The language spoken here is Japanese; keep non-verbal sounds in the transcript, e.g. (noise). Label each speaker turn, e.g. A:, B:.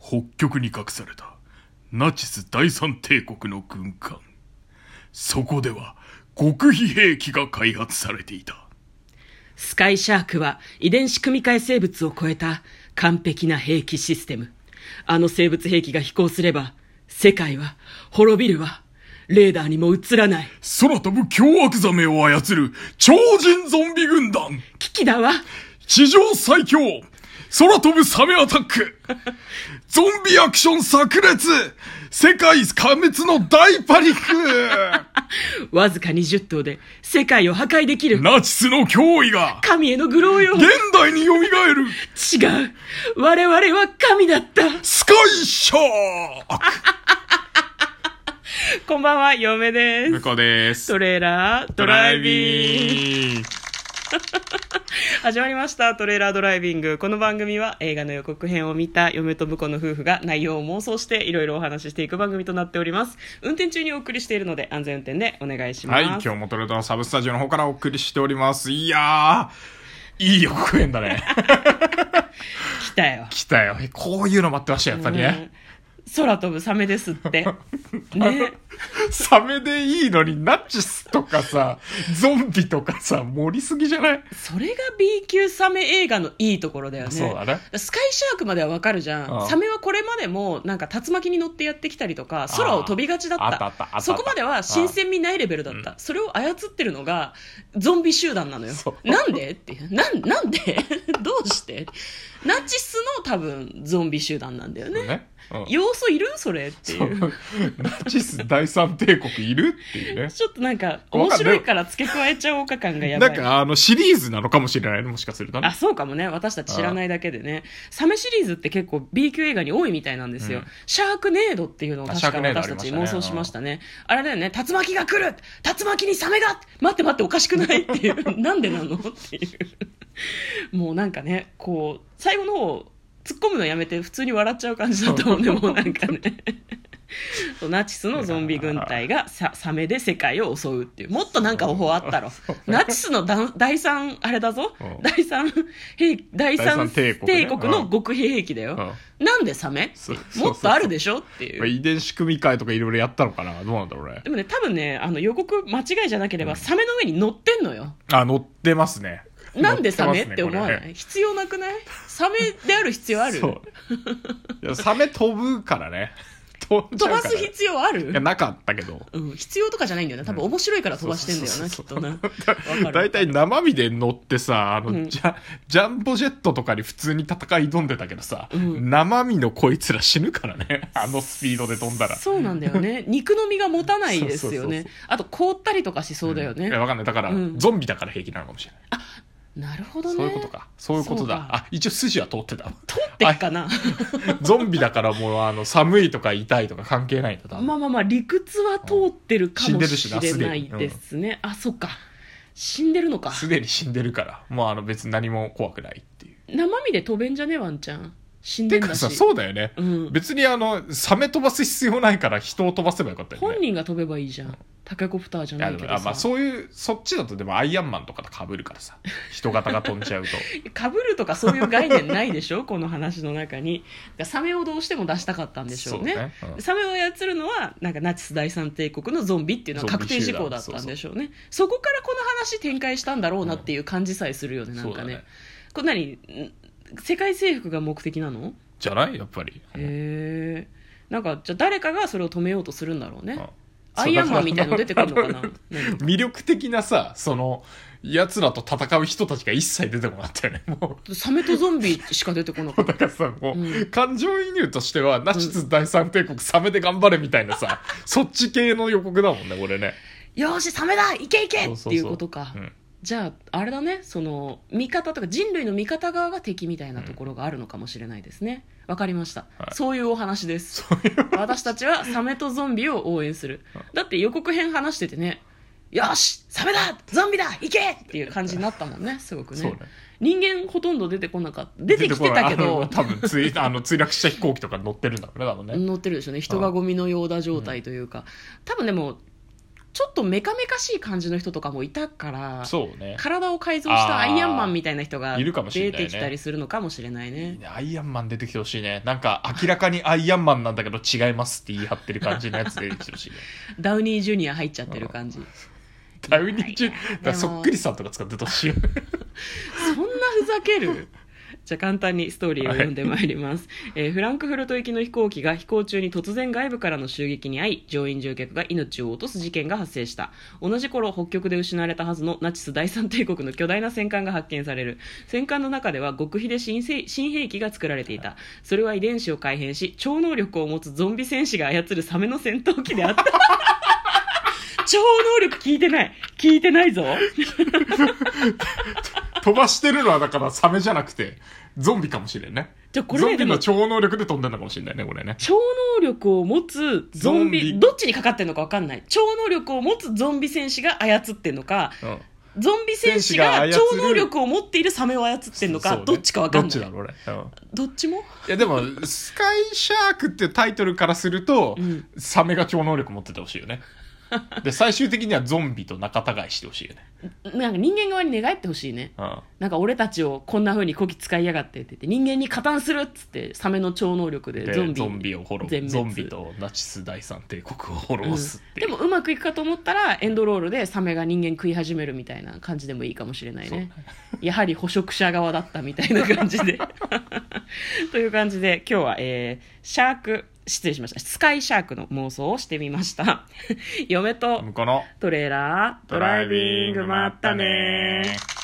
A: 北極に隠されたナチス第三帝国の軍艦そこでは極秘兵器が開発されていた
B: スカイシャークは遺伝子組み換え生物を超えた完璧な兵器システム。あの生物兵器が飛行すれば、世界は滅びるわ。レーダーにも映らない。
A: 空飛ぶ凶悪ザメを操る超人ゾンビ軍団
B: 危機だわ。
A: 地上最強空飛ぶサメアタックゾンビアクション炸裂世界破滅の大パニック
B: わずか20頭で世界を破壊できる。
A: ナチスの脅威が
B: 神への愚弄よ。
A: 現代に蘇る
B: 違う。我々は神だった。
A: スカイシャーク
B: こんばんは、嫁です。
A: こうです
B: トレーラードライビング。
A: ング
B: 始まりましたトレーラードライビングこの番組は映画の予告編を見た嫁と婿の夫婦が内容を妄想していろいろお話ししていく番組となっております運転中にお送りしているので安全運転でお願いしま
A: は
B: す、
A: い、今日もトレードのサブスタジオの方からお送りしております。いやー、いい予告編だ
B: (laughs)
A: ね。
B: 来たよ、
A: 来たよ。こういうの待ってましたよ、やっぱりね。
B: うん空飛ぶサメですってね
A: サメでいいのにナチスとかさ、ゾンビとかさ、盛りすぎじゃない
B: それが B 級サメ映画のいいところだよね
A: そうだね
B: スカイシャークまではわかるじゃん
A: うん
B: サメはこれまでもなんか竜巻に乗ってやってきたりとか空を飛びがちだった
A: あったあったあったあった
B: そこまでは新鮮味ないレベルだった、それを操ってるのがゾンビ集団なのよ
A: そう
B: なんでっていうなんなんで (laughs) どうしてナチスの多分ゾンビ集団なんだよね
A: ね。うん
B: 要素いるそれってい
A: そううナチス第三帝国いるっていうね。
B: ちょっとなんか
A: わかん
B: 面
A: ない
B: 白いから付け加えちゃおうか感がやば
A: ないんかあのシリーズなのかもしれないね、もしかすると
B: あ
A: ね。
B: そうかもね私たち知らないだけでねサメシリーズって結構 B 級映画に多いみたいなんですよ、
A: うん
B: シャークネードっていうのを
A: あシャ
B: 確
A: ーク
B: か
A: ネードあ
B: 私
A: り
B: た
A: まし
B: ち
A: たね
B: 妄想しましたねあれだよね竜巻が来る竜巻にサメが待って待っておかしくないっていう (laughs) なんでなのっていうもうなんかねこう最後の方突っ込むのやめて普通に笑っちゃう感じだったもんねもうなんかね (laughs) そうナチスのゾンビ軍隊がササメで世界を襲うっていうもっとなんか方法あった
A: (laughs)
B: ろ
A: そう
B: ナチスのだ第三あれだぞ、
A: うん
B: 第三兵第三帝
A: 帝
B: 国,、
A: 国ね
B: の極秘兵器だよ、なんでサメって
A: そうそうそう
B: もっとあるでしょっていう
A: うん遺伝子組み換えとかいろいろやったのかなどうなんだろうね
B: で。もね多分ねあの予告間違いじゃなければ、サメの上に乗ってんのよ
A: あ、乗ってますね。
B: なんでサメって
A: 乗
B: 思
A: ま
B: わ
A: すね
B: な
A: これ
B: い必要なくないサメである必要ある
A: そういやサメ飛ぶからね (laughs) 飛んじ
B: 飛
A: ゃう
B: ば
A: から
B: す必要あ
A: いや
B: る
A: なかったけど
B: うん、必要とかじゃないんだよね多分面白いから飛ばしてんだよなき
A: そ
B: っ
A: う
B: となわか
A: (laughs) 大
B: る
A: 体生身で乗ってさあの、
B: ん
A: ジャジャンボジェットとかに普通に戦い挑んでたけどさ、
B: うん
A: 生身のこいつら死ぬからね (laughs) あのスピードで飛んだら
B: そうなんだよね肉の身が持たないですよ
A: そ
B: ね
A: うそうそう
B: あと凍ったりとかしそうだよね、
A: いやわかんないだから、
B: うん
A: ゾンビだから平気なのかもしれない
B: なるほどね
A: そういうことかそういうことだ
B: そうか
A: あ一応筋は通ってた (laughs)
B: 取ってっかな
A: ゾンビだからもうあの寒いとか痛いとか関係ないんだ多分
B: (laughs) まあまあまあ理屈は通ってるか
A: 死ん
B: も
A: でるしな
B: しれないですね、あそっか死んでるのか
A: すでに死んでるからもうあの別に何も怖くないっていう
B: 生身で飛べんじゃねワンちゃん死んで
A: て
B: ん
A: か
B: だ
A: さ
B: し
A: そうだよね、
B: うん
A: 別にあのサメ飛ばす必要ないから人を飛ばせばよかったよね
B: 本人が飛べばいいじゃんタケコプターじゃ
A: い
B: な
A: や
B: い
A: で
B: け
A: も
B: ど
A: あ
B: さ、
A: まあそういうそっちだとでもアイアンマンとかとかぶるからさ人型が飛んじ
B: (laughs)
A: ゃうと
B: かぶるとかそういう概念ないでしょ (laughs) この話の中にだからサメをどうしても出したかったんでしょうね
A: そうねうん
B: サメを操るのはなんかナチス第三帝国のゾンビっていうのは確定事項だったんでしょうねそこからこの話展開したんだろうなっていう感じさえするよね、なん
A: そう
B: か
A: だ
B: ねこれ何ん世界征服が目的なの
A: じゃないやっぱり、
B: へえなんかじゃあ誰かがそれを止めようとするんだろう
A: うん
B: ねアイアンマンみたいなの出てくるのかな何 (laughs)
A: 魅力的なさそのやつらと戦う人たちが一切出てこなかったよねも
B: サメとゾンビしか出てこなか
A: う
B: った
A: だからさもう、
B: うん
A: 感情移入としてはナチス第三帝国サメで頑張れみたいな
B: (laughs)
A: さそっち系の予告だもんね俺ね
B: よーしサメだいけいけ
A: そう
B: っ
A: そ
B: て
A: う
B: い
A: そう
B: うことか
A: うん (laughs)
B: じゃああれだねその味方とか人類の味方側が敵みたいなところがあるのかもしれないですねわかりました、
A: はい
B: そういうお話です
A: そういう
B: 私たちはサメとゾンビを応援するだって予告編話しててねよしサメだゾンビだ行けっていう感じになったもんねすごくね
A: そうね
B: 人間ほとんど出てこなかった出てきてた
A: 出て
B: けど
A: こないあの多分つい (laughs) あの墜落した飛行機とか乗ってるんだろうね多分ね、
B: 乗ってるでしょうね人がゴミのようだ状態というか多分でもちょっとメカメカしい感じの人とかもいたから
A: そうね
B: 体を改造したアイアンマンみたいな人が
A: あーいるかもしれ
B: 出
A: ないね
B: てきたりするのかもしれな
A: い
B: い
A: い
B: ね
A: ねアイアンマン出てきてほしいねなんか明らかにアイアンマンなんだけど違いますって言い張ってる感じのやつ出てきてほし
B: (laughs)
A: いね
B: ダウニージュニア入っちゃってる感じ
A: ダウニー中
B: いや
A: だからそっくりさんとか使っててほしいよ
B: そんなふざける (laughs) じゃあ簡単にストーリーを読んでまいります、えーフランクフルト行きの飛行機が飛行中に突然外部からの襲撃に遭い乗員乗客が命を落とす事件が発生した同じ頃北極で失われたはずのナチス第三帝国の巨大な戦艦が発見される戦艦の中では極秘で新せ新兵器が作られていたそれは遺伝子を改変し超能力を持つゾンビ戦士が操るサメの戦闘機であった (laughs) 超能力聞いてない聞いてないぞ
A: 飛ばしてるのはだからサメじゃなくてゾンビかもしれんね
B: じゃあこれ
A: ゾ
B: ね
A: ンビ
B: で
A: の
B: も
A: 超能力で飛んでんのかもしれないねこれね
B: 超能力を持つゾンビ
A: ゾンビ
B: どっちにかかってんのか分かんない超能力を持つゾンビ戦士が操ってんのか
A: うん
B: ゾンビ戦士
A: 戦
B: が
A: 士が操
B: 超
A: る
B: 能力を持っているサメを操ってんのか、
A: そうね
B: どっちか分かんない
A: どっちだろうね、うん
B: どっちも
A: いやでも「スカイシャーク」っていうタイトルからすると、
B: うん
A: サメが超能力持っててほしいよねで最終的にはゾンビと仲違いしてほしいよね、
B: なんか人間側に寝返ってほしいね
A: うん、
B: なんか俺たちをこんな風にこき使いやがってって言って人間に加担するっつってサメの超能力で
A: で
B: ゾンビ
A: ゾンビを滅
B: 全
A: ぼ
B: 滅
A: ゾンビとナチス第三帝国を滅ぼすってい
B: で
A: う、
B: もうまくいくかと思ったらエンドロールでサメが人間食い始めるみたいな感じでもいいかもしれないねやはり捕食者側だったみたいな感じで (laughs) という感じで今日は、えーシャーク失礼しましたスカイシャークの妄想をしてみました (laughs) 嫁と
A: 向こうの
B: トレーラード
A: ドライビングまったねー